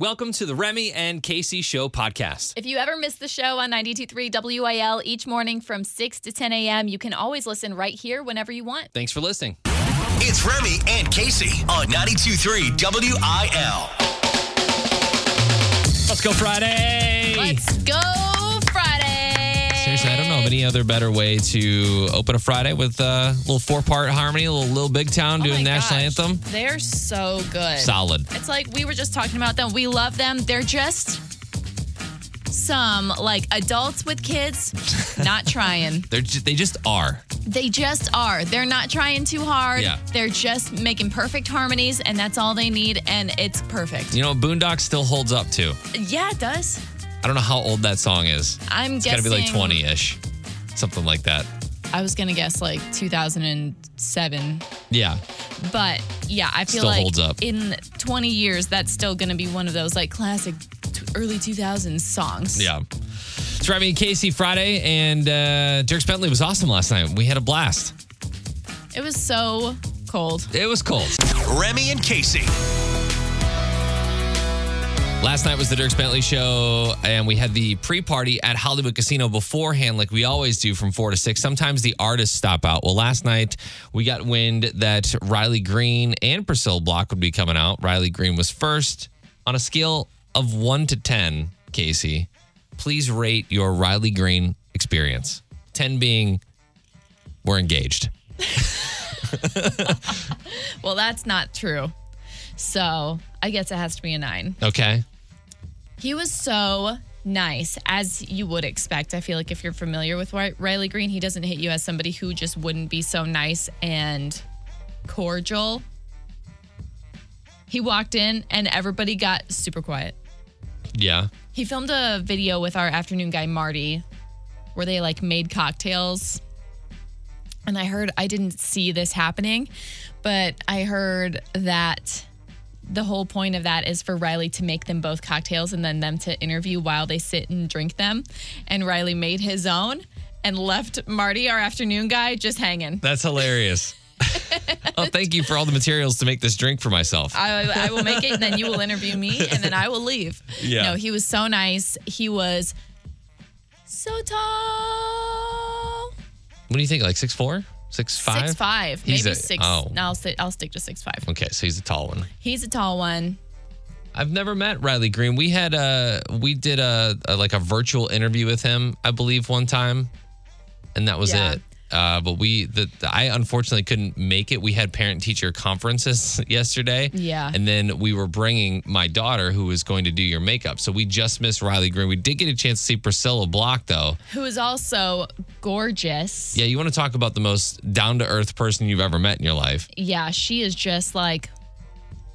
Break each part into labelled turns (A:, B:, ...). A: Welcome to the Remy and Casey Show podcast.
B: If you ever miss the show on 923 WIL each morning from 6 to 10 a.m., you can always listen right here whenever you want.
A: Thanks for listening.
C: It's Remy and Casey on 92.3 WIL.
A: Let's go Friday.
B: Let's go Friday. Oh
A: Seriously, I don't know of any other better way to open a Friday with a little four part harmony, a little Lil Big Town
B: Oh
A: doing
B: my
A: national
B: gosh,
A: anthem.
B: They're so good.
A: Solid.
B: It's like we were just talking about them. We love them. They're just some like adults with kids not trying.
A: They're just, they just are.
B: They just are. They're not trying too hard.
A: Yeah.
B: They're just making perfect harmonies, and that's all they need, and it's perfect.
A: You know, Boondock still holds up too.
B: Yeah, it does.
A: I don't know how old that song is.
B: I'm
A: It's
B: guessing.
A: gotta be like 20 ish, something like that.
B: I was gonna guess like 2007,
A: Yeah.
B: but yeah, I feel
A: Still
B: like
A: holds up.
B: in 20 years that's still gonna be one of those like classic t- early 2000s songs.
A: Yeah. It's Remy and Casey Friday, and uh, Dirk Bentley was awesome last night. We had a blast.
B: it was so cold.
A: It was cold.
C: Remy and Casey.
A: Last night was the Dirk Bentley show, and we had the pre party at Hollywood Casino beforehand, like we always do from four to six. Sometimes the artists stop out. Well, last night we got wind that Riley Green and Priscilla Block would be coming out. Riley Green was first. On a scale of one to 10, Casey, please rate your Riley Green experience. 10 being we're engaged.
B: Well, that's not true. So I guess it has to be a nine.
A: Okay.
B: He was so nice, as you would expect. I feel like if you're familiar with Wi- Riley Green, he doesn't hit you as somebody who just wouldn't be so nice and cordial. He walked in and everybody got super quiet.
A: Yeah.
B: He filmed a video with our afternoon guy, Marty, where they like made cocktails. And I heard, I didn't see this happening, but I heard that the whole point of that is for Riley to make them both cocktails and then them to interview while they sit and drink them. And Riley made his own and left Marty, our afternoon guy, just hanging.
A: That's hilarious. oh, thank you for all the materials to make this drink for myself.
B: I, I will make it, and then you will interview me, and then I will leave.
A: Yeah.
B: No, he was so nice. He was so tall.
A: What do you think? Like six four, six five?
B: Six five,
A: He's
B: maybe
A: a-
B: six.
A: oh.
B: No, I'll, sit, I'll stick to six five.
A: Okay, so he's a tall one.
B: He's a tall one.
A: I've never met Riley Green. We had a we did a, a like a virtual interview with him, I believe, one time, and that was
B: Yeah.
A: it. Uh, but we the I unfortunately couldn't make it. We had parent teacher conferences yesterday.
B: Yeah.
A: And then we were bringing my daughter who was going to do your makeup. So we just missed Riley Green. We did get a chance to see Priscilla Block though.
B: Who is also gorgeous.
A: Yeah, you want to talk about the most down to earth person you've ever met in your life.
B: yeah, she is just like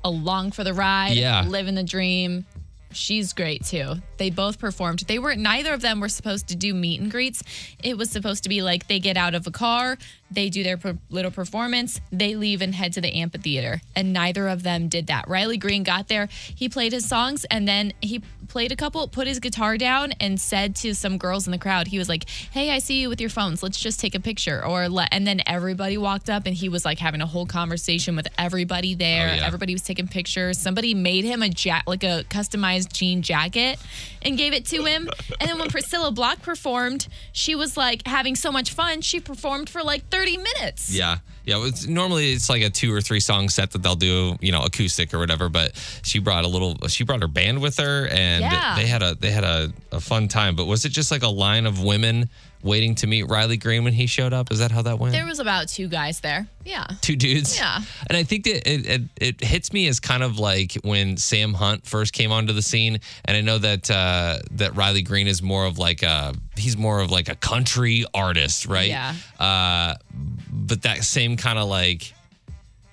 B: along for the ride,
A: Yeah.
B: living the dream. She's great too. They both performed. They were neither of them were supposed to do meet and greets. It was supposed to be like they get out of a car, they do their per- little performance, they leave and head to the amphitheater. And neither of them did that. Riley Green got there, he played his songs, and then he played a couple, put his guitar down, and said to some girls in the crowd, he was like, "Hey, I see you with your phones. Let's just take a picture." Or let, and then everybody walked up, and he was like having a whole conversation with everybody there.
A: Oh, yeah.
B: Everybody everybody was taking pictures. Somebody made him a ja- like a customized jean jacket and gave it to him. And then when Priscilla Block performed, she was like having so much fun. She performed for like 30 minutes.
A: Yeah. Yeah. It's, normally it's like a two or three song set that they'll do, you know, acoustic or whatever. But she brought a little, she brought her band with her and
B: Yeah.
A: they had a, they had a, a fun time. But was it just like a line of women waiting to meet Riley Green when he showed up? Is that how that went?
B: There was about two guys there. Yeah.
A: two dudes.
B: Yeah.
A: And I think that it, it, it hits me as kind of like when Sam Hunt first came onto the scene. And I know that uh, that Riley Green is more of like a he's more of like a country artist, right?
B: Yeah.
A: Uh, but that same kind of like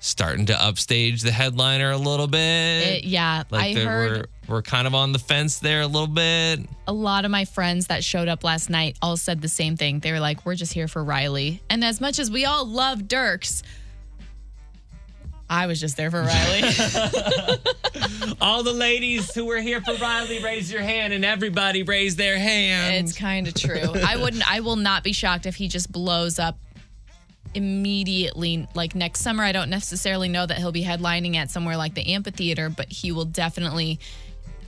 A: starting to upstage the headliner a little bit.
B: It- yeah.
A: Uh, like
B: I
A: that
B: heard
A: we're we're kind of on the fence there a little bit.
B: a lot of my friends that showed up last night all said the same thing. They were like, we're just here for Riley. And as much as we all love Dirks, I was just there for Riley.
A: All the ladies who were here for Riley, raise your hand, and everybody raise their hand.
B: It's kind of true. I wouldn't. I will not be shocked if he just blows up immediately. Like next summer, I don't necessarily know that he'll be headlining at somewhere like the amphitheater, but he will definitely.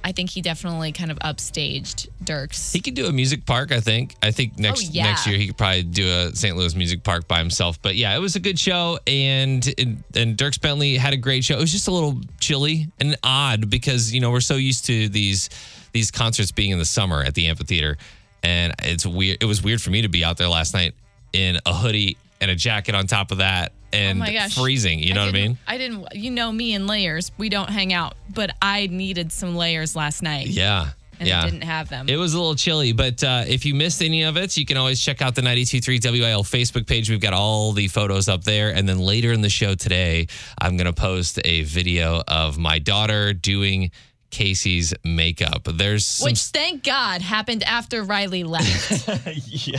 B: I think he definitely kind of upstaged Dirks.
A: He could do a music park, I think. I think next
B: Oh, yeah.
A: next year he could probably do a St. Louis music park by himself. But yeah, it was a good show and and, and Dirks Bentley had a great show. It was just a little chilly and odd because, you know, we're so used to these these concerts being in the summer at the amphitheater. And it's weird it was weird for me to be out there last night in a hoodie and a jacket on top of that and
B: Oh my gosh.
A: freezing. You know what I
B: didn't-
A: mean?
B: I didn't. You know me and layers. We don't hang out, but I needed some layers last night.
A: Yeah.
B: And
A: yeah.
B: I didn't have them.
A: It was a little chilly, but uh, if you missed any of it, you can always check out the 923 WIL Facebook page. We've got all the photos up there. And then later in the show today, I'm going to post a video of my daughter doing Casey's makeup. There's some,
B: which, thank God, happened after Riley left.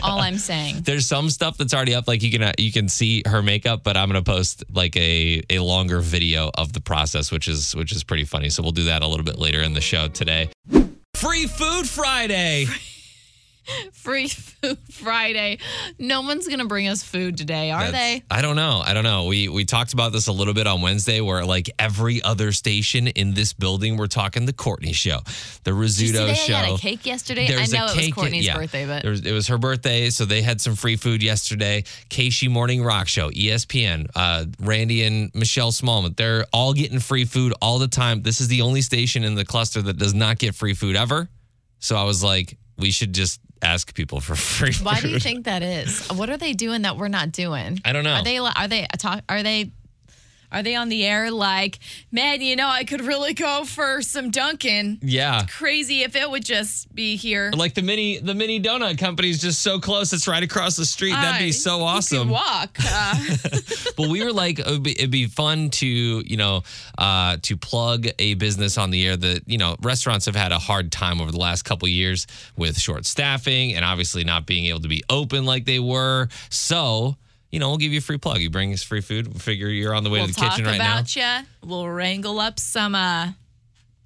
B: All I'm saying.
A: there's some stuff that's already up like you can uh, you can see her makeup, but I'm going to post like a a longer video of the process which is which is pretty funny. So we'll do that a little bit later in the show today. Free food Friday.
B: Free Food Friday. No one's going to bring us food today, are
A: That's-
B: they?
A: I don't know. I don't know. We we talked about this a little bit on Wednesday, where like every other station in this building, we're talking the Courtney Show, the
B: Did
A: Rizzuto
B: you see
A: Show.
B: they had a cake yesterday?
A: There's
B: I
A: a
B: know it was
A: cake-
B: Courtney's
A: yeah.
B: birthday, but
A: There was- it was her birthday, so they had some free food yesterday. Casey Morning Rock Show, E ESPN, uh, Randy and Michelle Smallman. They're all getting free food all the time. This is the only station in the cluster that does not get free food ever. So I was like, we should just ask people for free
B: why
A: food.
B: do you think that is? What are they doing that we're not doing?
A: I don't know.
B: Are they are they talk are they are they on the air like, man, you know, I could really go for some Dunkin'.
A: yeah.
B: Crazy if it would just be here.
A: Like the mini the mini donut company is just so close. It's right across the street. That'd
B: I-
A: be so
B: You could
A: awesome.
B: walk. Uh,
A: but we were like, it'd be, it'd be fun to you know uh, to plug a business on the air that you know restaurants have had a hard time over the last couple years with short staffing and obviously not being able to be open like they were. So. You know, we'll give you a free plug. You bring us free food. We figure you're on the way
B: we'll
A: to the
B: talk
A: kitchen right now.
B: about ya. We'll wrangle up some. uh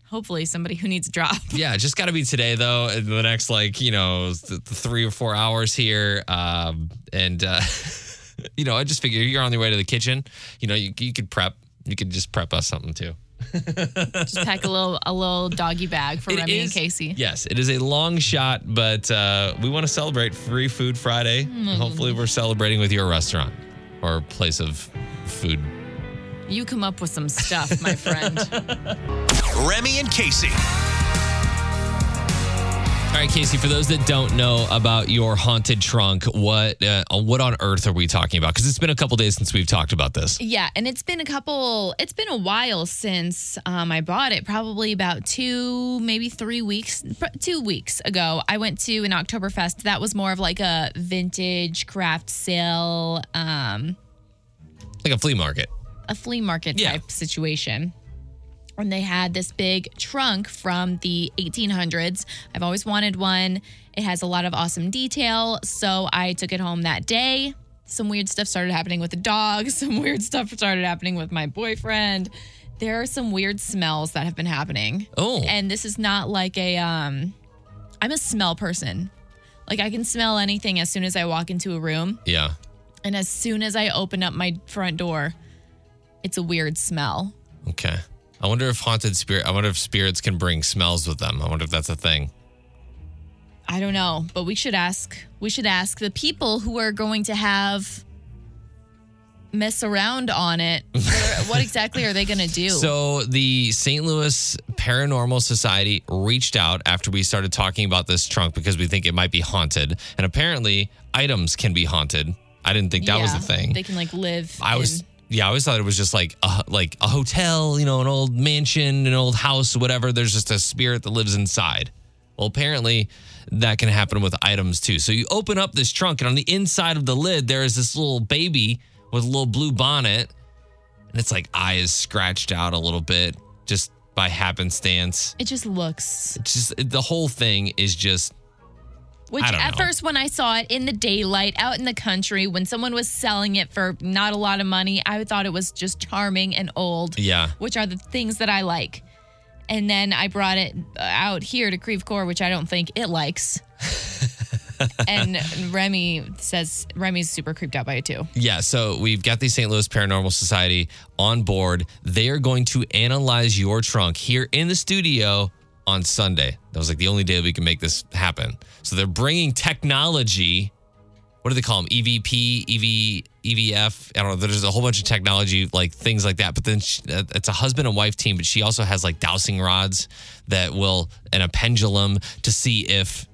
B: Hopefully, somebody who needs a drop.
A: Yeah, it's just got to be today though. In the next like you know th- th- three or four hours here, um, and uh, you know I just figure you're on your way to the kitchen. You know you you could prep. You could just prep us something too.
B: Just pack a little a little doggy bag for
A: It
B: Remy
A: is-
B: and Casey.
A: Yes, it is a long shot, but uh, we want to celebrate Free Food Friday.
B: Mm.
A: Hopefully, we're celebrating with your restaurant or place of food.
B: You come up with some stuff, my friend.
C: Remy and Casey.
A: All right, Casey. For those that don't know about your haunted trunk, what uh, what on earth are we talking about? Because it's been a couple days since we've talked about this.
B: Yeah, and it's been a couple. It's been a while since um, I bought it. Probably about two, maybe three weeks, pr- two weeks ago. I went to an Oktoberfest. That was more of like a vintage craft sale, um,
A: Like a flea market.
B: a flea market
A: Yeah.
B: type situation. And they had this big trunk from the 1800s. I've always wanted one. It has a lot of awesome detail. So I took it home that day. Some weird stuff started happening with the dog. Some weird stuff started happening with my boyfriend. There are some weird smells that have been happening.
A: Oh.
B: And this is not like a, um, I'm a smell person. Like I can smell anything as soon as I walk into a room.
A: Yeah.
B: And as soon as I open up my front door, it's a weird smell.
A: Okay. I wonder if haunted spirit. I wonder if spirits can bring smells with them. I wonder if that's a thing.
B: I don't know, but we should ask. We should ask the people who are going to have mess around on it. What, are- what exactly are they going to do?
A: So the St. Louis Paranormal Society reached out after we started talking about this trunk because we think it might be haunted, and apparently items can be haunted. I didn't think that was
B: Yeah,
A: the thing.
B: They can like live.
A: I was.
B: in-
A: Yeah, I always thought it was just like a, like a hotel, you know, an old mansion, an old house, whatever. There's just a spirit that lives inside. Well, apparently that can happen with items too. So you open up this trunk, and on the inside of the lid, there is this little baby with a little blue bonnet, and it's like eyes scratched out a little bit just by happenstance.
B: it just looks.
A: It's just the whole thing is just
B: Which
A: don't
B: at
A: know.
B: first, when I saw it in the daylight out in the country, when someone was selling it for not a lot of money, I thought it was just charming and old.
A: yeah.
B: which are the things that I like. And then I brought it out here to Creve Core, which I don't think it likes. and Remy says Remy's super creeped out by it too.
A: Yeah, so we've got the St. Louis Paranormal Society on board. They are going to analyze your trunk here in the studio on Sunday. That was like the only day we can make this happen. So they're bringing technology. What do they call E them? EVP, EV, EVF. E I don't know. There's a whole bunch of technology, like things like that. But then she, uh, it's a husband and wife team, but she also has like dowsing rods that will, and a pendulum to see if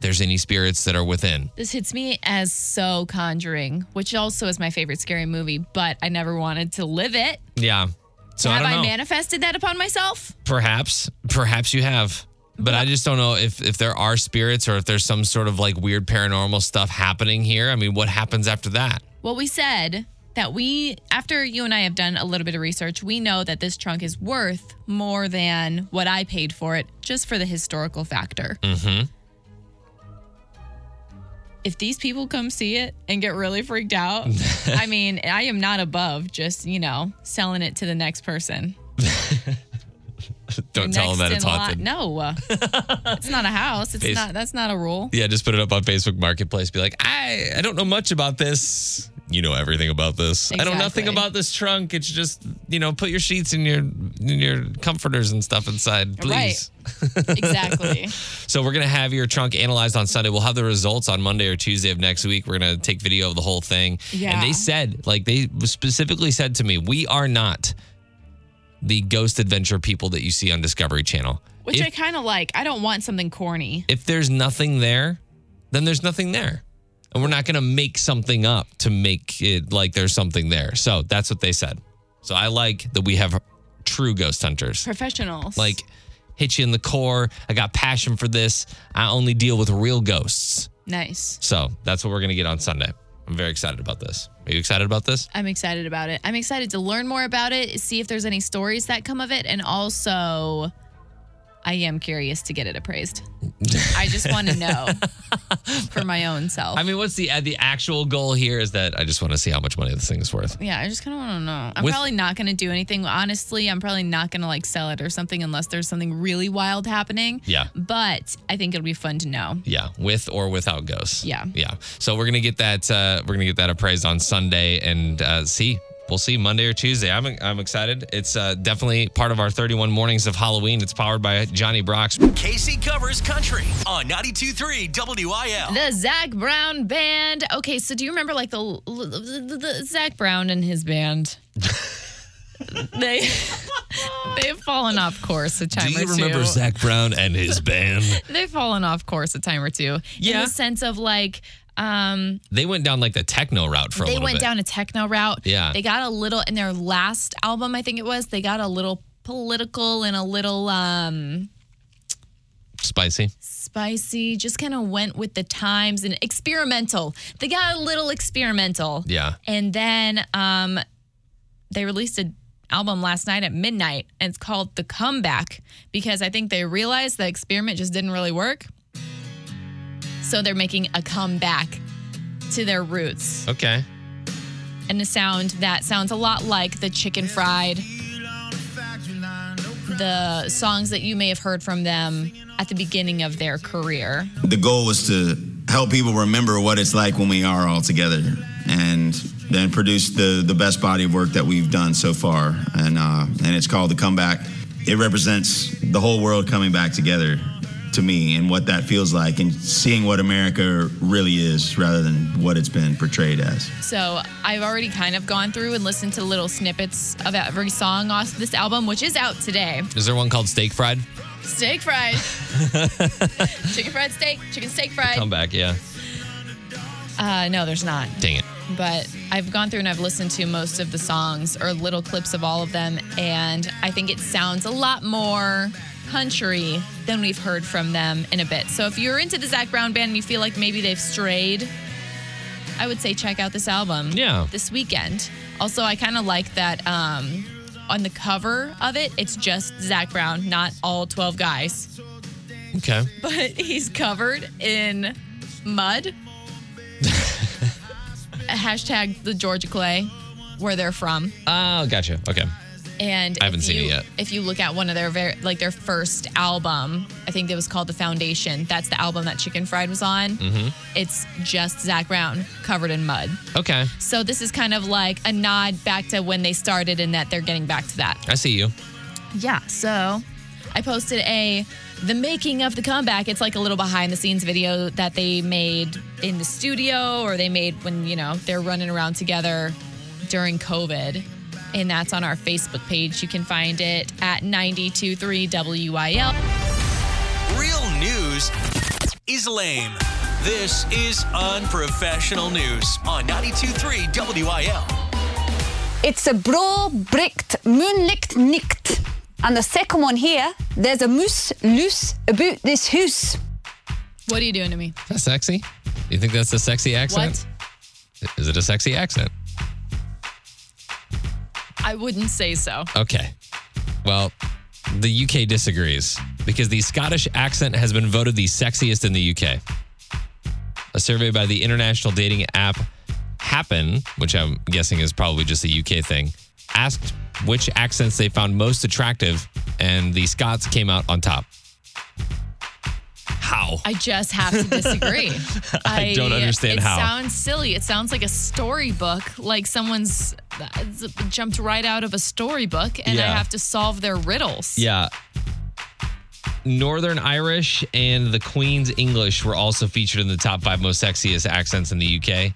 A: there's any spirits that are within.
B: This hits me as so conjuring, which also is my favorite scary movie, but I never wanted to live it.
A: Yeah. So
B: Have
A: I don't know.
B: manifested that upon myself?
A: Perhaps, perhaps you have. But I just don't know if if there are spirits or if there's some sort of like weird paranormal stuff happening here. I mean, what happens after that?
B: Well, we said that we, after you and I have done a little bit of research, we know that this trunk is worth more than what I paid for it just for the historical factor. Mm-hmm. If these people come see it and get really freaked out, I mean, I am not above just, you know, selling it to the next person.
A: Don't tell them
B: Next
A: that it's
B: in line-
A: haunted.
B: No, it's not a house. It's
A: Bas-
B: not. That's not a rule.
A: Yeah, just put it up on Facebook Marketplace. Be like, I I don't know much about this. You know everything about this. I know nothing
B: Exactly.
A: about this trunk. It's just you know, put your sheets and your and your comforters and stuff inside, please.
B: Right. exactly.
A: So we're gonna have your trunk analyzed on Sunday. We'll have the results on Monday or Tuesday of next week. We're gonna take video of the whole thing.
B: Yeah.
A: And they said, like they specifically said to me, we are not the ghost adventure people that you see on Discovery Channel.
B: Which
A: if,
B: I kind of like. I don't want something corny.
A: if there's nothing there, then there's nothing there. And we're not gonna make something up to make it like there's something there. So that's what they said. So I like that we have true ghost hunters
B: Professionals.
A: like hit you in the core. I got passion for this. I only deal with real ghosts.
B: nice.
A: So that's what we're going to get on Sunday. I'm very excited about this. Are you excited about this?
B: I'm excited about it. I'm excited to learn more about it, see if there's any stories that come of it, and also, I am curious to get it appraised. I just want to know for my own self.
A: I mean, what's the the actual goal here is that I just want to see how much money this thing is worth.
B: yeah, I just kind of want to know. I'm
A: With-
B: probably not going to do anything. Honestly, I'm probably not going to like sell it or something unless there's something really wild happening.
A: Yeah.
B: But I think it'll be fun to know.
A: Yeah, with or without ghosts.
B: Yeah.
A: yeah. So we're gonna get that uh, we're gonna get that appraised on Sunday and uh, see. We'll see Monday or Tuesday. I'm I'm excited. It's uh, definitely part of our 31 mornings of Halloween. It's powered by Johnny Brock's.
C: Casey covers country on 92.3 WIL.
B: The Zach Brown Band. Okay, so do you remember like the, l- l- the, the Zach Brown and his band? they they've fallen off course a time or two.
A: Zach Brown and his band?
B: They've fallen off course a time or two. In
A: Yeah.
B: the sense of like um
A: they went down like the techno route for a
B: they
A: little
B: went
A: bit.
B: down a techno route.
A: Yeah.
B: They got a little in their last album, I think it was, they got a little political and a little um
A: Spicy.
B: spicy, just kind of went with the times and experimental. They got a little experimental.
A: Yeah.
B: And then um, they released an album last night at midnight, and it's called The Comeback because I think they realized the experiment just didn't really work. So they're making a comeback to their roots
A: Okay.
B: and a sound that sounds a lot like the chicken fried the songs that you may have heard from them at the beginning of their career
D: the goal was to help people remember what it's like when we are all together and then produce the, the best body of work that we've done so far and uh, and it's called the comeback it represents the whole world coming back together to me and what that feels like and seeing what america really is rather than what it's been portrayed as
B: So I've already kind of gone through and listened to little snippets of every song off this album, which is out today.
A: Is there one called Steak Fried?
B: Steak fried, chicken fried steak, chicken steak
A: Come
B: fried.
A: back, yeah.
B: Uh, no, there's not.
A: Dang it.
B: But I've gone through and I've listened to most of the songs or little clips of all of them, and I think it sounds a lot more country than we've heard from them in a bit. So if you're into the Zach Brown band and you feel like maybe they've strayed, I would say check out this album.
A: Yeah.
B: This weekend. Also, I kind of like that um, on the cover of it, it's just Zach Brown, not all 12 guys,
A: Okay.
B: but he's covered in mud. Hashtag the Georgia Clay, where they're from.
A: Oh, gotcha. Okay.
B: And
A: I haven't
B: if
A: seen it
B: you-
A: yet.
B: If you look at one of their very, like their first album, I think it was called The Foundation. That's the album that Chicken Fried was on.
A: Mm-hmm.
B: It's just Zach Brown covered in mud.
A: Okay.
B: So this is kind of like a nod back to when they started and that they're getting back to that.
A: I see you.
B: Yeah. So I posted a the making of the comeback. It's like a little behind the scenes video that they made in the studio or they made when, you know, they're running around together during COVID. And that's on our Facebook page. You can find it at 923 WIL.
C: Real news is lame. This is unprofessional news on 92.3 WIL.
E: It's a bro bricked moonlicht nicht. And the second one here, there's a moose loose about this house.
B: What are you doing to me?
A: That's sexy. You think that's a sexy accent?
B: What?
A: Is it a sexy accent?
B: I wouldn't say so.
A: Okay. Well, the UK disagrees because the Scottish accent has been voted the sexiest in the UK. A survey by the international dating app Happen, which I'm guessing is probably just a UK thing, asked which accents they found most attractive, and the Scots came out on top. How?
B: I just have to disagree.
A: I don't understand
B: it
A: how.
B: It sounds silly. It sounds like a storybook, like someone's uh, jumped right out of a storybook and
A: Yeah.
B: I have to solve their riddles.
A: Yeah. Northern Irish and the Queen's English were also featured in the top five most sexiest accents in the UK.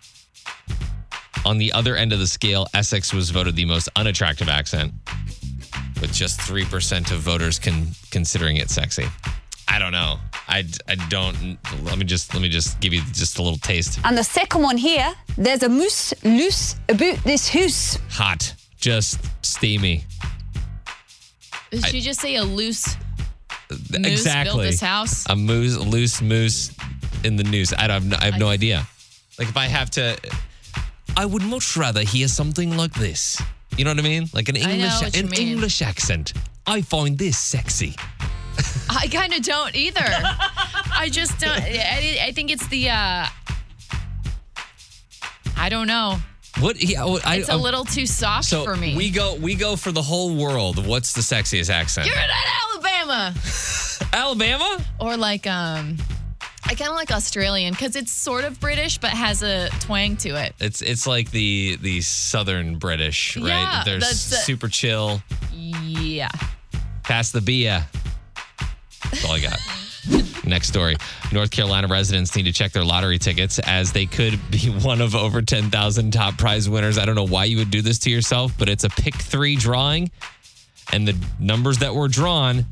A: On the other end of the scale, Essex was voted the most unattractive accent, with just 3% of voters con- considering it sexy. I don't know. I, I don't. Let me just let me just give you just a little taste.
E: And the second one here, there's a moose loose about this house.
A: Hot, just steamy.
B: Did she just say a loose moose
A: exactly.
B: built this house?
A: a moose, loose moose in the news. I don't. I have no idea. Like if I have to, I would much rather hear something like this. You know what I mean? Like an
B: know
A: English,
B: what you
A: an
B: mean.
A: English accent. I find this sexy.
B: I kind of don't either. I just don't. I, I think it's the. uh I don't know.
A: What? Yeah, well, I,
B: It's a
A: I'm-
B: little too soft
A: Oh. So
B: for me.
A: we go, we go for the whole world. What's the sexiest accent?
B: You're in Alabama.
A: Alabama.
B: or like um I kind of like Australian because it's sort of British but has a twang to it.
A: It's it's like the the southern British, right?
B: Yeah,
A: They're
B: that's the-
A: super chill.
B: Yeah.
A: Pass the beer. That's all I got. Next story. North Carolina residents need to check their lottery tickets as they could be one of over 10,000 top prize winners. I don't know why you would do this to yourself, but it's a pick three drawing. And the numbers that were drawn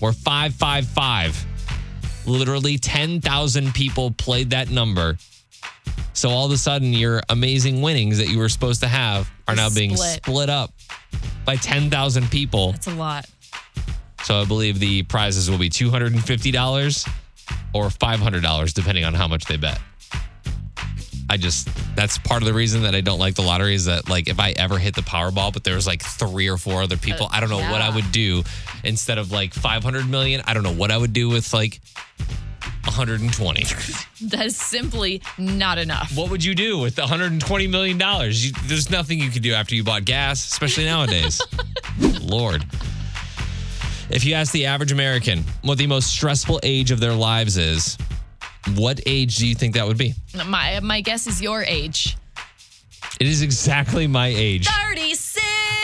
A: were 555. Literally 10,000 people played that number. So all of a sudden, your amazing winnings that you were supposed to have are now being
B: Split.
A: split up by 10,000 people.
B: It's a lot.
A: So I believe the prizes will be $250 or $500, depending on how much they bet. I just, that's part of the reason that I don't like the lottery is that, like, if I ever hit the Powerball, but there was like three or four other people, I don't know what I
B: yeah.
A: would do instead of like 500 million. I don't know what I would do with like 120.
B: That is simply not enough.
A: what would you do with the 120 million dollars? You- There's nothing you can do after you bought gas, especially nowadays. Lord. If you ask the average American what the most stressful age of their lives is, what age do you think that would be?
B: My my guess is your age.
A: It is exactly my age.
B: 36.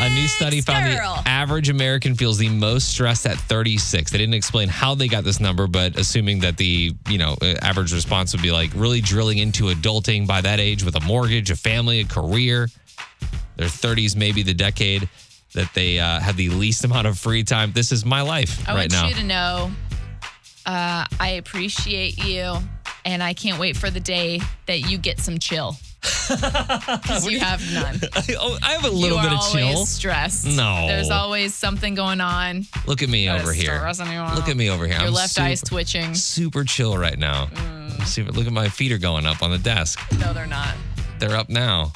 A: A new study found
B: girl.
A: the average American feels the most stressed at 36. They didn't explain how they got this number, but assuming that the, you know, uh, average response would be like really drilling into adulting by that age with a mortgage, a family, a career. Their 30s may be the decade that they uh, have the least amount of free time. This is my life
B: I
A: right
B: want
A: now.
B: you to know uh, I appreciate you and I can't wait for the day that you get some chill. Because you have none.
A: oh, I have a little
B: you
A: bit
B: are
A: of chill.
B: always stressed.
A: No.
B: There's always something going on.
A: Look at me
B: Gotta
A: over here.
B: stress anyone
A: Look
B: out.
A: at me over here.
B: Your
A: I'm
B: left eye's
A: super-
B: twitching. Mm.
A: Super chill right now. Super, look at my feet are going up on the desk.
B: No, they're not.
A: They're up now.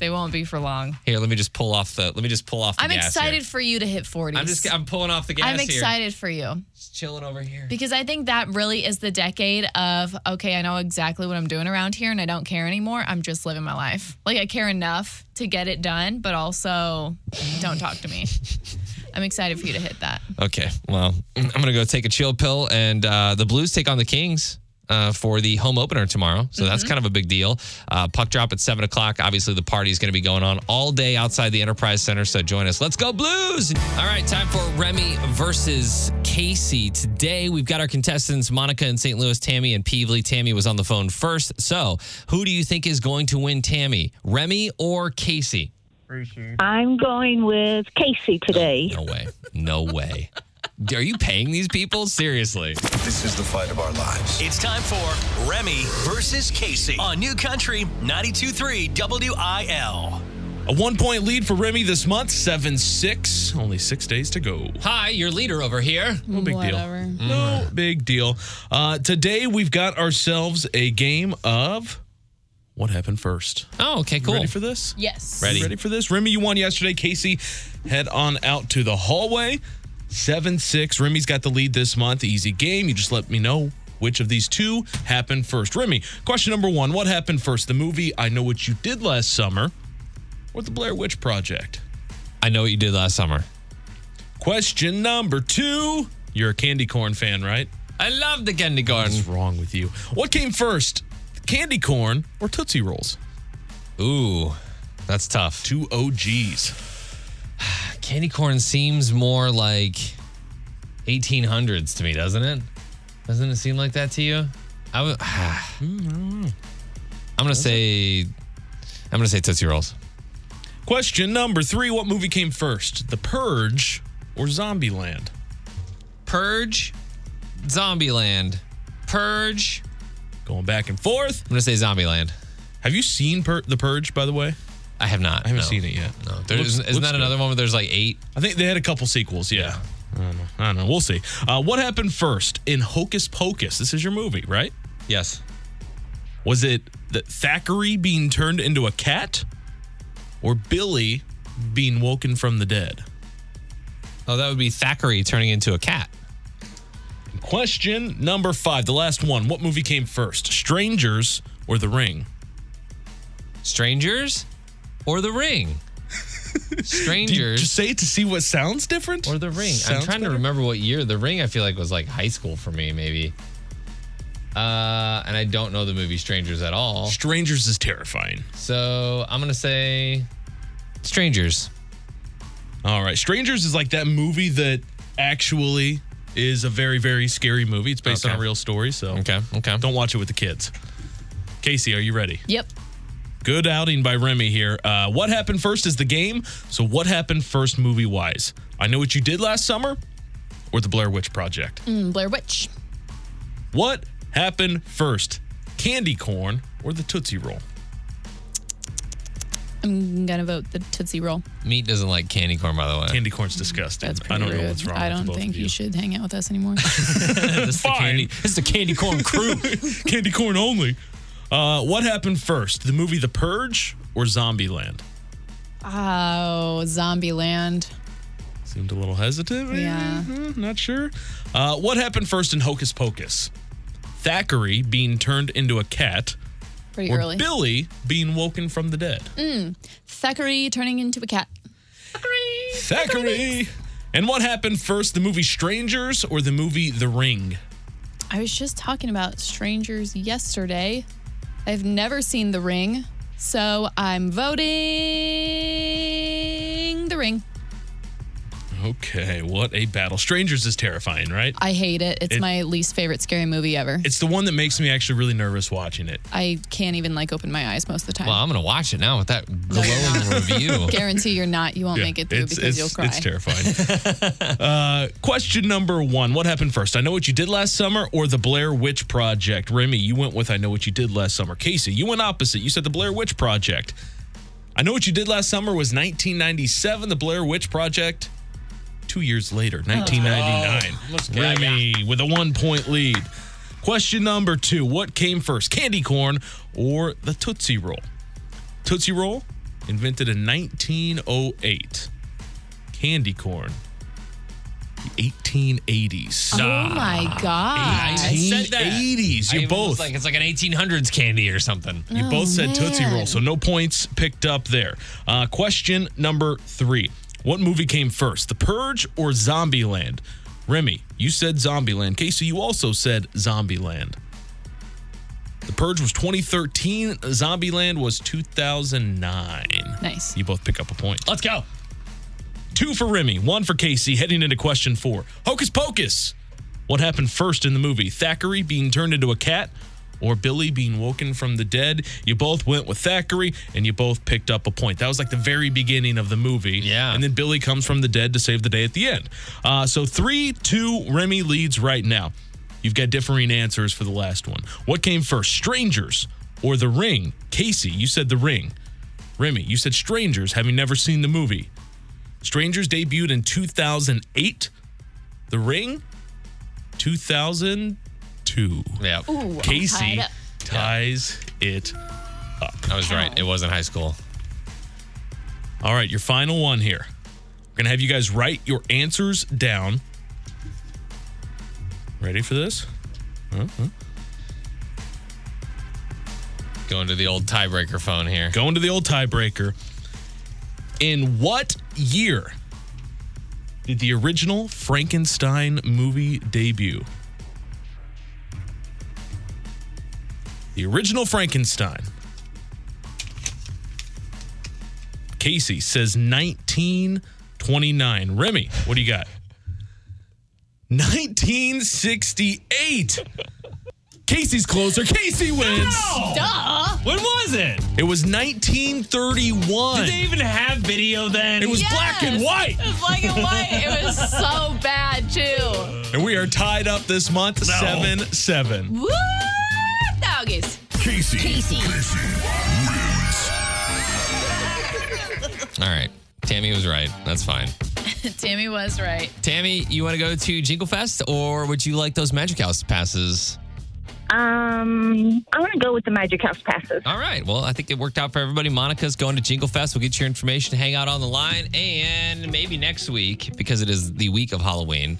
B: They won't be for long.
A: Here, let me just pull off the. Let me just pull off. The
B: I'm
A: gas
B: excited
A: Here.
B: for you to hit 40.
A: I'm just. I'm pulling off the gas.
B: I'm
A: here.
B: excited for you
A: Just chilling over here.
B: because I think that really is the decade of okay, I know exactly what I'm doing around here and I don't care anymore. I'm just living my life. Like I care enough to get it done, but also don't talk to me. I'm excited for you to hit that.
A: Okay. Well, I'm gonna go take a chill pill, and uh, the Blues take on the Kings uh, for the home opener tomorrow. So that's kind of a big deal. Uh, puck drop at 7 o'clock. Obviously, the party is going to be going on all day outside the Enterprise Center. So join us. Let's go, Blues! All right, time for Remy versus Casey. Today, we've got our contestants, Monica in St. Louis, Tammy and Peevely. Tammy was on the phone first. So who do you think is going to win, Tammy? Remy or Casey?
F: I'm going with Casey today.
A: No way. No way. Are you paying these people? Seriously.
G: This is the fight of our lives.
C: It's time for Remy versus Casey on New Country 923 WIL.
H: A one point lead for Remy this month, 7 6. Only six days to go.
A: Hi, your leader over here.
H: No big
B: Whatever.
H: deal. No big deal. Uh, today, we've got ourselves a game of What Happened First.
A: Oh, okay, cool.
H: Ready for this?
B: Yes.
A: Ready.
H: Ready for this? Remy, you won yesterday. Casey, head on out to the hallway. 7 6. Remy's got the lead this month. Easy game. You just let me know which of these two happened first. Remy, question number one What happened first? The movie I Know What You Did Last Summer or The Blair Witch Project?
A: I know what you did last summer.
H: Question number two You're a candy corn fan, right?
A: I love the candy corn.
H: What's wrong with you? What came first? Candy corn or Tootsie Rolls?
A: Ooh, that's tough.
H: Two OGs.
A: Candy corn seems more like 1800s to me, doesn't it? Doesn't it seem like that to you? I would. I'm
H: Mm-hmm.
A: gonna say. I'm gonna say Tootsie Rolls.
H: Question number three What movie came first? The Purge or Zombieland?
A: Purge, Zombieland. Purge.
H: Going back and forth.
A: I'm gonna say Zombieland.
H: Have you seen Pur- The Purge, by the way?
A: I have not.
H: I haven't seen it yet.
A: No. There,
H: Looks-
A: isn't isn't
H: looks
A: that
H: good.
A: another one where there's like eight?
H: I think they had a couple sequels, yeah. I don't know. I don't know. We'll see. Uh, what happened first in Hocus Pocus? This is your movie, right?
A: Yes.
H: Was it that Thackeray being turned into a cat or Billy being woken from the dead?
A: Oh, that would be Thackeray turning into a cat.
H: Question number five, the last one. What movie came first, Strangers or The Ring?
A: Strangers or The Ring?
H: Do you
A: Strangers
H: just say it to see what sounds different?
A: or The Ring? I'm
H: Sounds
A: trying
H: better.
A: to remember what year. The Ring, I feel like, was like high school for me, maybe. Uh, and I don't know the movie Strangers at all.
H: Strangers is terrifying.
A: So I'm going to say Strangers.
H: All right, Strangers is like that movie that actually is a very very scary movie. It's based on
A: Okay.
H: a real story, so
A: Okay. Okay.
H: don't watch it with the kids. Casey, are you ready?
B: Yep.
H: Good outing by Remy here. Uh, what happened first is the game. So, what happened first movie wise? I know what you did last summer or the Blair Witch Project.
B: Mm, Blair Witch.
H: What happened first? Candy corn or the Tootsie Roll?
B: I'm gonna vote the Tootsie Roll.
A: Meat doesn't like candy corn, by the way.
H: Candy corn's disgusting.
B: Mm, That's pretty
H: I don't
B: rude.
H: know what's wrong
B: I
H: with
B: don't
H: both
B: think
H: of you.
B: you should hang out with us anymore.
A: This is the candy. This is the candy corn crew.
H: Candy corn only. Uh, what happened first? The movie The Purge or Zombieland?
B: oh, Zombie Land.
H: Seemed a little hesitant. eh,
B: Yeah.
H: eh, Not sure. Uh, what happened first in Hocus Pocus? Thackeray being turned into a cat
B: Pretty
H: or
B: early.
H: Billy being woken from the dead?
B: Thackeray turning into a cat.
H: Thackeray. And what happened first? The movie Strangers or the movie The Ring?
B: I was just talking about strangers yesterday. I've never seen The Ring, so I'm voting The Ring.
H: Okay, what a battle. Strangers is terrifying, right?
B: I hate it. It's
H: It-
B: my least favorite scary movie ever.
H: It's the one that makes me actually really nervous watching it.
B: I can't even like open my eyes most of the time.
A: well, I'm going to watch it now with that
B: you're
A: glowing review.
B: Guarantee you're not. You won't make it through
H: it's,
B: because
H: it's,
B: you'll cry.
H: It's terrifying. uh, question number one What happened first? I Know What You Did Last Summer or The Blair Witch Project? Remy, you went with I Know What You Did Last Summer. Casey, you went opposite. You said The Blair Witch Project. I Know What You Did Last Summer was 1997. The Blair Witch Project, two years later,
B: Oh.
H: 1999. Remy with a one point lead. Question number two What came first, candy corn or the Tootsie Roll? Tootsie Roll, invented in 1908. Candy corn, the 1880s.
B: Oh
H: Ah,
B: my god!
A: I said that.
H: 1880s.
A: I even
H: You
A: was
H: both.
A: like it's like an 1800s candy or something.
H: You both said Tootsie
B: Oh, man.
H: Roll, so no points picked up there. Uh, question number three What movie came first, The Purge or Zombieland? Remy, you said Zombieland. Casey, you also said Zombieland. The Purge was 2013. Zombieland was 2009.
B: Nice.
H: You both pick up a point. Let's go. Two for Remy, one for Casey, heading into question four. Hocus Pocus. What happened first in the movie? Thackeray being turned into a cat or Billy being woken from the dead? You both went with Thackeray and you both picked up a point. That was like the very beginning of the movie.
A: Yeah.
H: And then Billy comes from the dead to save the day at the end. Uh, so 3 2 Remy leads right now. You've got differing answers for the last one. What came first, Strangers or The Ring? Casey, you said The Ring. Remy, you said Strangers, having never seen the movie. Strangers debuted in 2008. The Ring, 2002.
A: Yeah.
H: Casey
B: tied up.
H: ties it.
A: I was right. It was in high school.
H: All right, your final one here. We're going to have you guys write your answers down. Ready for this?
A: Going to the old tiebreaker phone here.
H: Going to the old tiebreaker. In what year did the original Frankenstein movie debut? The original Frankenstein. Casey says 1929. Remy, what do you got? 1968. Casey's closer. Casey wins.
B: Duh.
I: When was it?
H: It was 1931.
I: Did they even have video then?
H: It was
B: Yes.
H: black and white.
B: It was black and white. It was so bad too.
H: And we are tied up this month, 7 7.
B: Woo! Doggies.
G: Casey. Casey. wins.
A: All right. Tammy was right. That's fine.
B: Tammy was right.
A: Tammy, you want to go to Jingle Fest or would you like those Magic House passes?
F: Um, I'm going to go with the Magic House passes.
A: All right. Well, I think it worked out for everybody. Monica's going to Jingle Fest. We'll get your information, hang out on the line, and maybe next week, because it is the week of Halloween,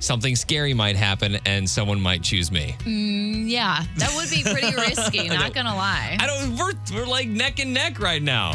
A: something scary might happen and someone might choose me.
B: Yeah, that would be pretty risky. Not gonna lie.
A: I don't. We're, we're like neck and neck right now.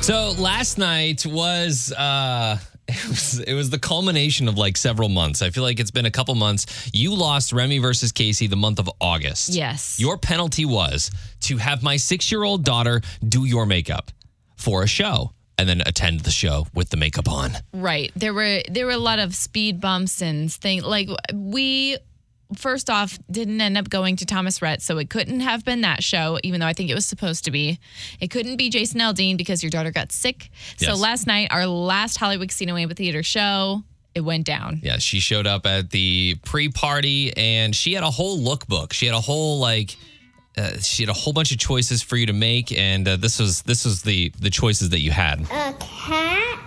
A: So last night was uh, it was it was the culmination of like several months. I feel like it's been a couple months. You lost Remy versus Casey the month of August.
B: Yes.
A: Your penalty was to have my six year old daughter do your makeup for a show and then attend the show with the makeup on.
B: Right. There were there were a lot of speed bumps and things like we first off didn't end up going to Thomas Rhett, so it couldn't have been that show, even though I think it was supposed to be. It couldn't be Jason Aldean because your daughter got sick. So
A: Yes.
B: last night, our last Hollywood Casino Amphitheater show, it went down.
A: Yeah, she showed up at the pre-party and she had a whole lookbook. She had a whole like uh, she had a whole bunch of choices for you to make and uh, this was this was the the choices that you had.
J: A cat,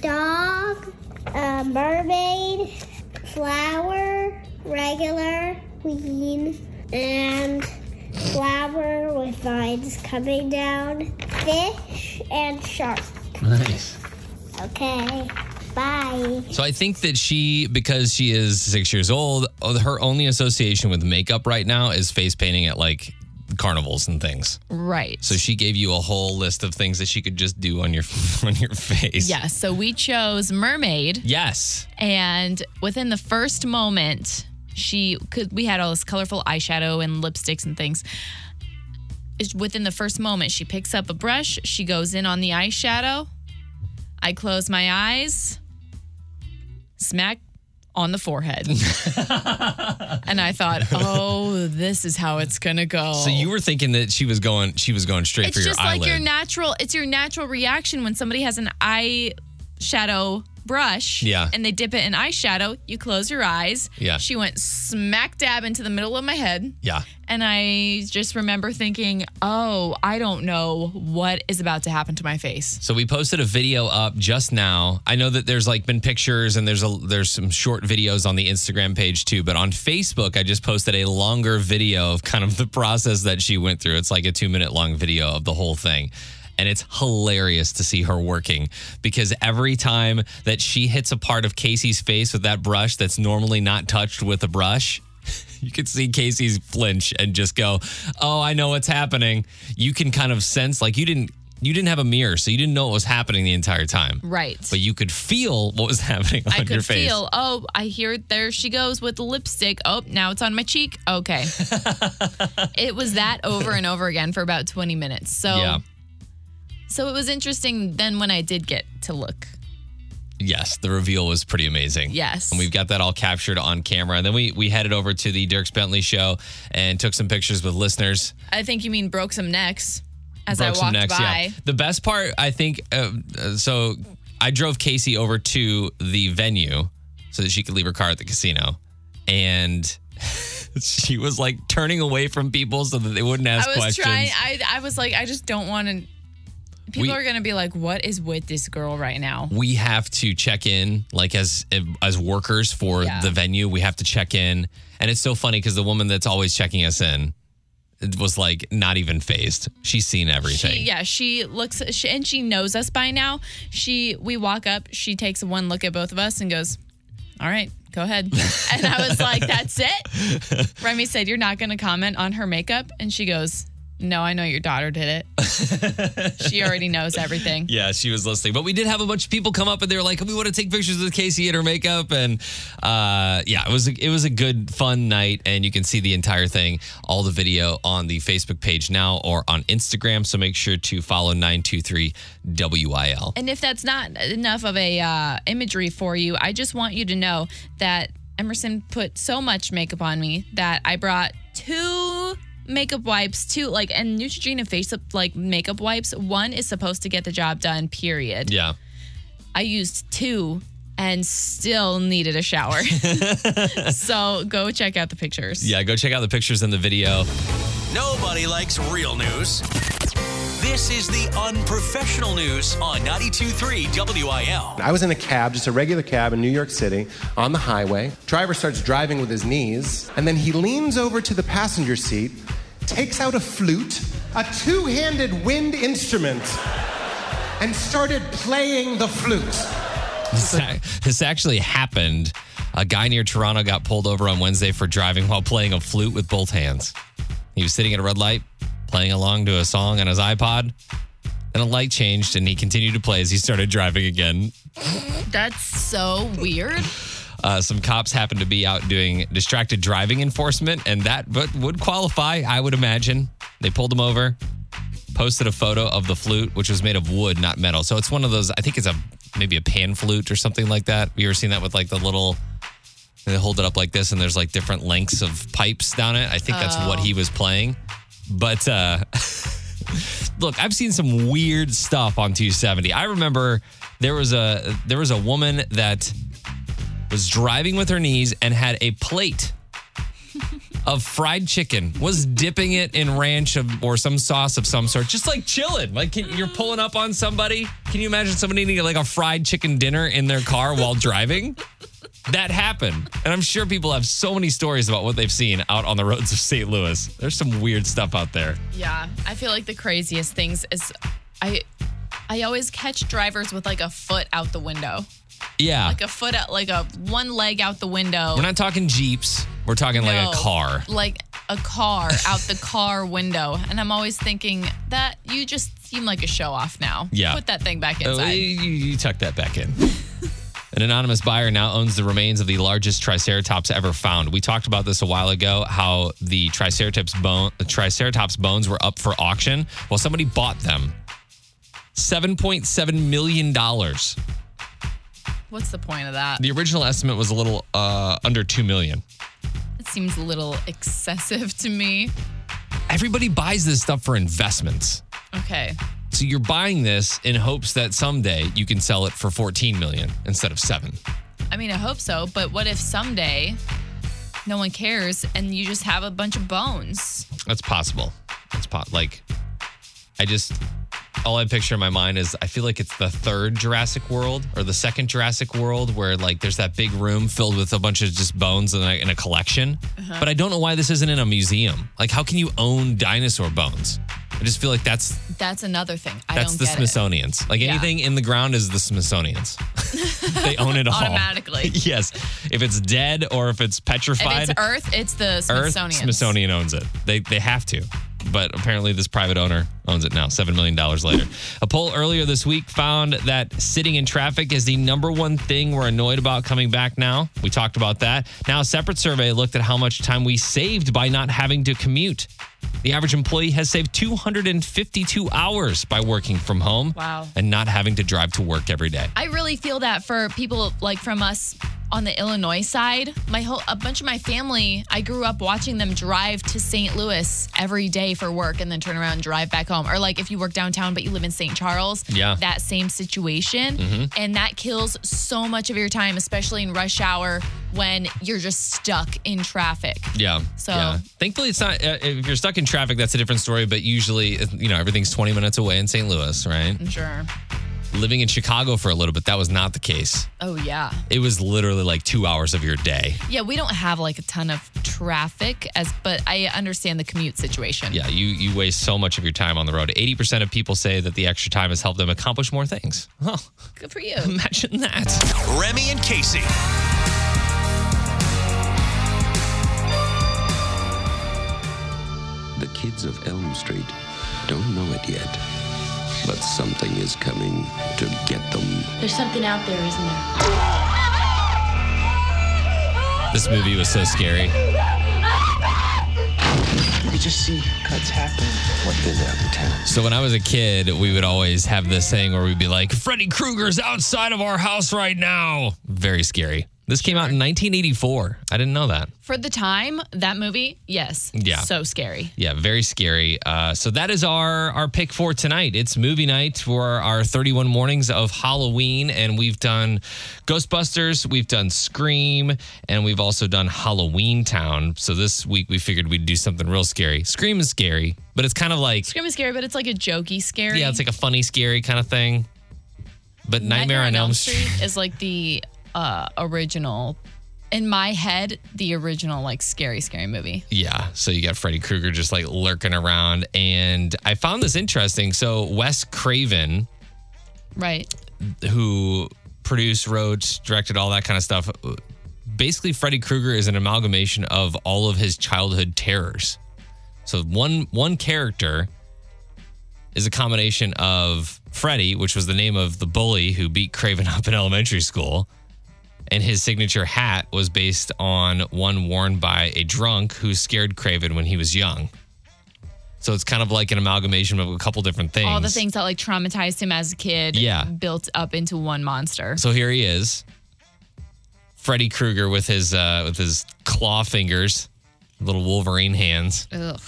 J: dog, a mermaid, flower, regular, green, and flower with vines coming down, fish, and shark.
I: nice.
J: Okay, bye.
A: So I think that she because she is 6 years old, oh, her only association with makeup right now is face painting at like carnivals and things.
B: Right.
A: So she gave you a whole list of things that she could just do on your on your face.
B: yeah, so we chose Mermaid.
A: Yes.
B: and within the first moment she could we had all this colorful eyeshadow and lipsticks and things It's within the first moment she picks up a brush she goes in on the eyeshadow i close my eyes smack on the forehead and i thought oh this is how it's gonna go
A: So you were thinking that she was going she was going straight
B: it's
A: for your
B: just
A: eyelid.
B: like your natural it's your natural reaction when somebody has an eye shadow brush
A: Yeah.
B: and they dip it in eyeshadow you close your eyes
A: Yeah.
B: she went smack dab into the middle of my head
A: yeah.
B: and i just remember thinking oh i don't know what is about to happen to my face
A: So we posted a video up just now. I know that there's like been pictures and there's a there's some short videos on the Instagram page too, but on Facebook I just posted a longer video of kind of the process that she went through. It's like a 2-minute long video of the whole thing. And it's hilarious to see her working because every time that she hits a part of Casey's face with that brush that's normally not touched with a brush, you could see Casey's flinch and just go, "Oh, I know what's happening." You can kind of sense like you didn't you didn't have a mirror, so you didn't know what was happening the entire time.
B: Right.
A: But you could feel what was happening on
B: Mm. I could
A: your face.
B: feel, oh, I hear there she goes with the lipstick. Oh, now it's on my cheek. Okay. it was that over and over again for about 20 minutes. So
A: Yeah.
B: so it was interesting then when I did get to look.
A: Yes, the reveal was pretty amazing.
B: Yes.
A: And we've got that all captured on camera. And then we we headed over to the Dirks Bentley show and took some pictures with listeners.
B: I think you mean broke some necks as
A: Broke
B: I
A: some
B: walked
A: necks,
B: by.
A: The best part, I think, uh, uh, so I drove Casey over to the venue so that she could leave her car at the casino. And she was like turning away from people so that they wouldn't ask
B: I was
A: questions.
B: trying I I was like I just don't want to People
A: We-
B: are going to be like what is with this girl right now?
A: we have to check in like as as workers for
B: Yeah.
A: the venue we have to check in and it's so funny because the woman that's always checking us in was like not even phased she's seen everything
B: She, yeah, she looks she, and she knows us by now. She we walk up, she takes one look at both of us and goes, "All right, go ahead." and I was like, "That's it." Remy said, "You're not going to comment on her makeup," and she goes, "No, I know your daughter did it. she already knows everything."
A: Yeah, she was listening. But we did have a bunch of people come up and they were like, "We want to take pictures with Casey and her makeup." And uh, yeah, it was a, it was a good, fun night. And you can see the entire thing, all the video on the Facebook page now or on Instagram. So make sure to follow nine two three WIL.
B: And if that's not enough of a uh, imagery for you, I just want you to know that Emerson put so much makeup on me that I brought two makeup wipes, two like and Neutrogena face up like makeup wipes. One is supposed to get the job done. Period.
A: Yeah.
B: I used two and still needed a shower. so go check out the pictures.
A: Yeah, go check out the pictures and the video.
C: Nobody likes real news. This is the unprofessional news on 92.3 WIL.
K: I was in a cab, just a regular cab in New York City, on the highway. Driver starts driving with his knees, and then he leans over to the passenger seat, takes out a flute, a two handed wind instrument, and started playing the flute.
A: This, ac- this actually happened. A guy near Toronto got pulled over on Wednesday for driving while playing a flute with both hands. He was sitting at a red light, playing along to a song on his iPod. Then a light changed and he continued to play as he started driving again.
B: That's so weird.
A: Uh, some cops happened to be out doing distracted driving enforcement, and that but would qualify, I would imagine. They pulled him over, posted a photo of the flute, which was made of wood, not metal. So it's one of those. I think it's a maybe a pan flute or something like that. You ever seen that with like the little? They hold it up like this, and there's like different lengths of pipes down it. I think that's what
L: Oh.
A: he was playing. But uh, look, I've seen some weird stuff on 270. I remember there was a there was a woman that was driving with her knees and had a plate of fried chicken, was dipping it in ranch of, or some sauce of some sort, just like chilling. Like can, you're pulling up on somebody. Can you imagine somebody eating like a fried chicken dinner in their car while driving? That happened. And I'm sure people have so many stories about what they've seen out on the roads of St. Louis. There's some weird stuff out there.
B: Yeah, I feel like the craziest things is I I always catch drivers with like a foot out the window.
A: Yeah.
B: Like a foot out like a one leg out the window.
A: We're not talking Jeeps, we're talking like a
B: No,
A: car.
B: Like a car out the car window. And I'm always thinking that you just seem like a show off now.
A: Yeah.
B: Put that thing back
A: Oh,
B: inside.
A: you, you tuck that back in. An anonymous buyer now owns the remains of the largest triceratops ever found. We talked about this a while ago, how the triceratops bone, the triceratops bones were up for auction. Well, somebody bought them, seven point seven million dollars.
B: What's the point of that?
A: The original estimate was a little uh, under two million.
B: It seems a little excessive to me.
A: Everybody buys this stuff for investments,
B: Okay.
A: so you're buying this in hopes that someday you can sell it for fourteen million instead of seven.
B: I mean, I hope so, but what if someday no one cares and you just have a bunch of bones?
A: That's possible. That's po- like I just all I picture in my mind is I feel like it's the third Jurassic World or the second Jurassic World where like there's that big room filled with a bunch of just bones in a, in a collection.
L: Uh-huh.
A: But I don't know why this isn't in a museum. Like how can you own dinosaur bones? I just feel like that's
B: That's another thing. I
A: that's
B: don't
A: the
B: get
A: Smithsonian's. Like anything in the ground is the Smithsonian's. they own it all
B: Automatically.
A: yes, if it's dead or if it's
B: it. If
A: petrified,
B: it's Earth, it's the
A: Earth
B: Smithsonian.
A: Smithsonian owns it. They they have to. but apparently this private owner owns it now, $7 million later. A poll earlier this week found that sitting in traffic is the number one thing we're annoyed about coming back now. We talked about that. Now, a separate survey looked at how much time we saved by not having to commute. The average employee has saved 252 hours by working from home
B: Wow.
A: and not having to drive to work every day.
B: I really feel that for people like from us on the Illinois side. My whole a bunch of my family, I grew up watching them drive to St. Louis every day for work and then turn around and drive back home. Or like if you work downtown but you live in St. Charles,
L: Yeah.
B: that same situation.
L: Mhm.
B: And that kills so much of your time, especially in rush hour when you're just stuck in traffic.
A: Yeah.
B: So-
A: yeah. thankfully, it's not. Uh, if you're stuck in traffic, that's a different story. But usually, uh, you know, everything's 20 minutes away in St. Louis, right?
B: I'm sure.
A: Living in Chicago for a little bit, that was not the case.
B: Oh yeah.
A: It was literally like two hours of your day.
B: Yeah, we don't have like a ton of traffic as but I understand the commute situation.
A: Yeah, you you waste so much of your time on the road. 80% of people say that the extra time has helped them accomplish more things. Oh,
B: Good for you.
A: Imagine that.
C: Remy and Casey.
M: The kids of Elm Street don't know it yet, but something is coming to get them.
N: There's something out there, isn't there?
A: This movie was so scary.
O: You just see cuts happen. What is it?
A: So when I was a kid, we would always have this thing where we'd be like, Freddy Krueger's outside of our house right now. Very scary. This came out in 1984. I didn't know that.
B: For the time, that movie, yes.
A: Yeah.
B: So scary.
A: Yeah, very scary. Uh, so that is our our pick for tonight. It's movie night for our 31 mornings of Halloween, and we've done Ghostbusters, we've done Scream, and we've also done Halloween Town. So this week we figured we'd do something real scary. Scream is scary, but it's kind of like
B: Scream is scary, but it's like a jokey scary.
A: yeah, it's like a funny scary kind of thing. But Nightmare, on Elm Street.
B: is like the uh, original, in my head, the original like scary, scary movie.
A: Yeah. So you got Freddy Krueger just like lurking around. And I found this interesting. So Wes Craven,
B: Right.
A: who produced, wrote, directed, all that kind of stuff. Basically, Freddy Krueger is an amalgamation of all of his childhood terrors. So one one character is a combination of Freddy, which was the name of the bully who beat Craven up in elementary school, and his signature hat was based on one worn by a drunk who scared Craven when he was young. So it's kind of like an amalgamation of a couple different things.
B: All the things that like traumatized him as a kid
A: Yeah.
B: built up into one monster.
A: So here he is, Freddy Krueger with his uh, with his claw fingers, little Wolverine hands.
B: Ugh.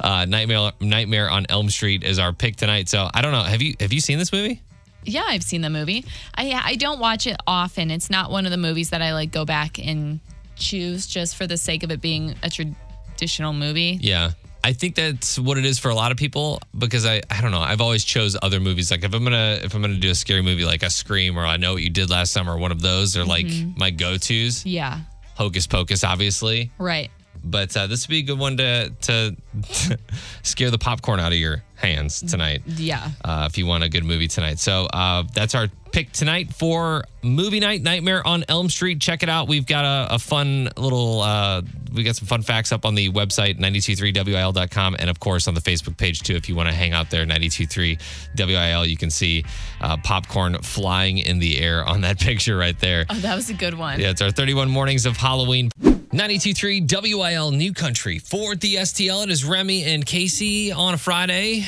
A: Uh, Nightmare Nightmare on Elm Street is our pick tonight. So I don't know. Have you have you seen this movie?
B: Yeah, I've seen the movie. I I don't watch it often. It's not one of the movies that I like go back and choose just for the sake of it being a traditional movie.
A: Yeah. I think that's what it is for a lot of people because I, I don't know I've always chose other movies like if I'm gonna if I'm gonna do a scary movie like a Scream or I Know What You Did Last Summer one of those are like
B: Mhm.
A: my go tos
B: Yeah.
A: Hocus Pocus obviously
B: Right.
A: but uh, this would be a good one to to scare the popcorn out of your hands tonight.
B: Yeah.
A: Uh, if you want a good movie tonight, so uh, that's our pick tonight for movie night Nightmare on Elm Street. Check it out. We've got a, a fun little. Uh, we got some fun facts up on the website 923wil.com and of course on the Facebook page too. If you want to hang out there 923wil, you can see uh, popcorn flying in the air on that picture right there.
B: Oh, that was a good one.
A: Yeah, it's our 31 mornings of Halloween. 92.3 WIL New Country for the STL. It is Remy and Casey on a Friday,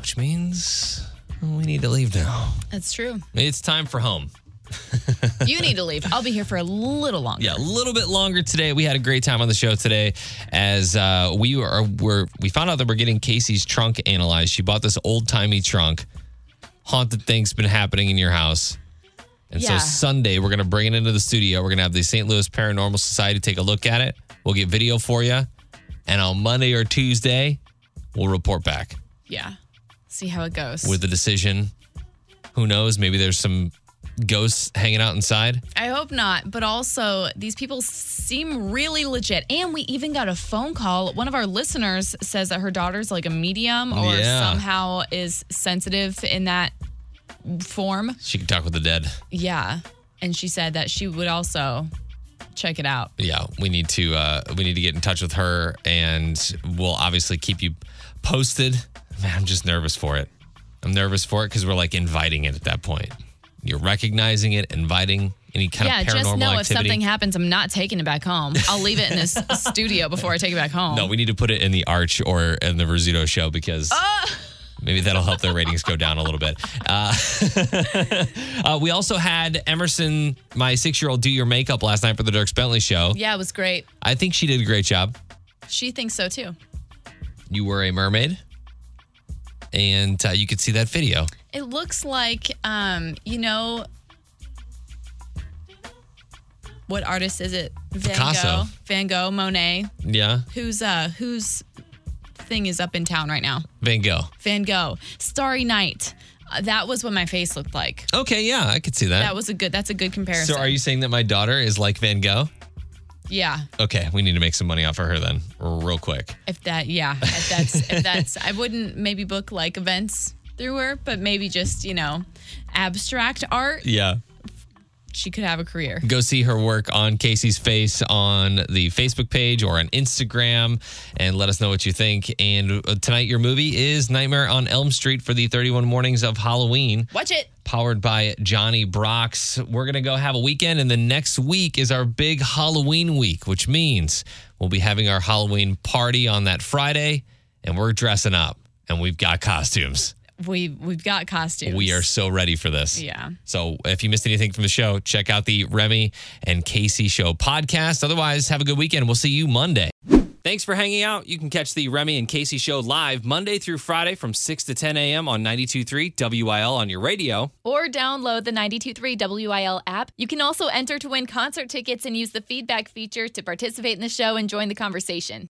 A: which means we need to leave now.
B: That's true.
A: It's time for home.
B: You need to leave. I'll be here for a little longer.
A: Yeah, a little bit longer today. We had a great time on the show today as uh, we are we're, we found out that we're getting Casey's trunk analyzed. She bought this old timey trunk. Haunted things been happening in your house. And
B: Yeah.
A: so Sunday we're gonna bring it into the studio. We're gonna have the St. Louis Paranormal Society take a look at it. We'll get video for you, and on Monday or Tuesday we'll report back
B: Yeah. See how it goes.
A: with the decision. Who knows? Maybe there's some ghosts hanging out inside.
B: I hope not, but also these people seem really legit. And we even got a phone call. One of our listeners says that her daughter's like a medium or
A: Yeah.
B: somehow is sensitive in that form.
A: She can talk with the dead.
B: Yeah. And she said that she would also check it out.
A: yeah, we need to uh, we need to get in touch with her, and we'll obviously keep you posted. Man, I'm just nervous for it. I'm nervous for it because we're like inviting it at that point. You're recognizing it, inviting any kind
B: yeah,
A: of paranormal
B: just know
A: activity.
B: if something happens, I'm not taking it back home. I'll leave it in this studio before I take it back home.
A: no, we need to put it in the Arch or in the Rizzuto show because.
B: Oh.
A: Maybe that'll help their ratings go down a little bit. Uh, uh, we also had Emerson, my six year old, do your makeup last night for the Dirks Bentley show.
B: Yeah, it was great.
A: I think she did a great job.
B: She thinks so too.
A: you were a mermaid and uh, you could see that video
B: It looks like, um, you know, what artist is it? Van
A: Picasso.
B: Gogh, Van Gogh, Monet.
A: yeah
B: Who's uh, whose thing is up in town right now?
A: van gogh
B: Van Gogh, Starry Night. Uh, that was what my face looked like.
A: okay yeah i could see that,
B: That, was a good. That's a good comparison.
A: Oh. so are you saying that my daughter is like van gogh
B: yeah.
A: okay we need to make some money off of her then real quick
B: If that, yeah. If that's, if that's, I wouldn't maybe book like events through her, but maybe just you know, abstract art.
A: yeah
B: She could have a career.
A: go see her work on casey's face on the facebook page or on instagram and let us know what you think and uh, tonight your movie is nightmare on elm street for the 31 mornings of halloween
B: Watch it.
A: powered by Johnny Brox. We're going to go have a weekend, and the next week is our big Halloween week, which means we'll be having our Halloween party on that Friday, and we're dressing up and we've got costumes.
B: We we've got costumes.
A: We are so ready for this.
B: Yeah.
A: So if you missed anything from the show, check out the Remy and Casey Show podcast. Otherwise, have a good weekend. We'll see you Monday. Thanks for hanging out. You can catch the Remy and Casey Show live Monday through Friday from 6 to 10 a.m. on 92.3 WIL on your radio.
B: Or download the 923 WIL app. You can also enter to win concert tickets and use the feedback feature to participate in the show and join the conversation.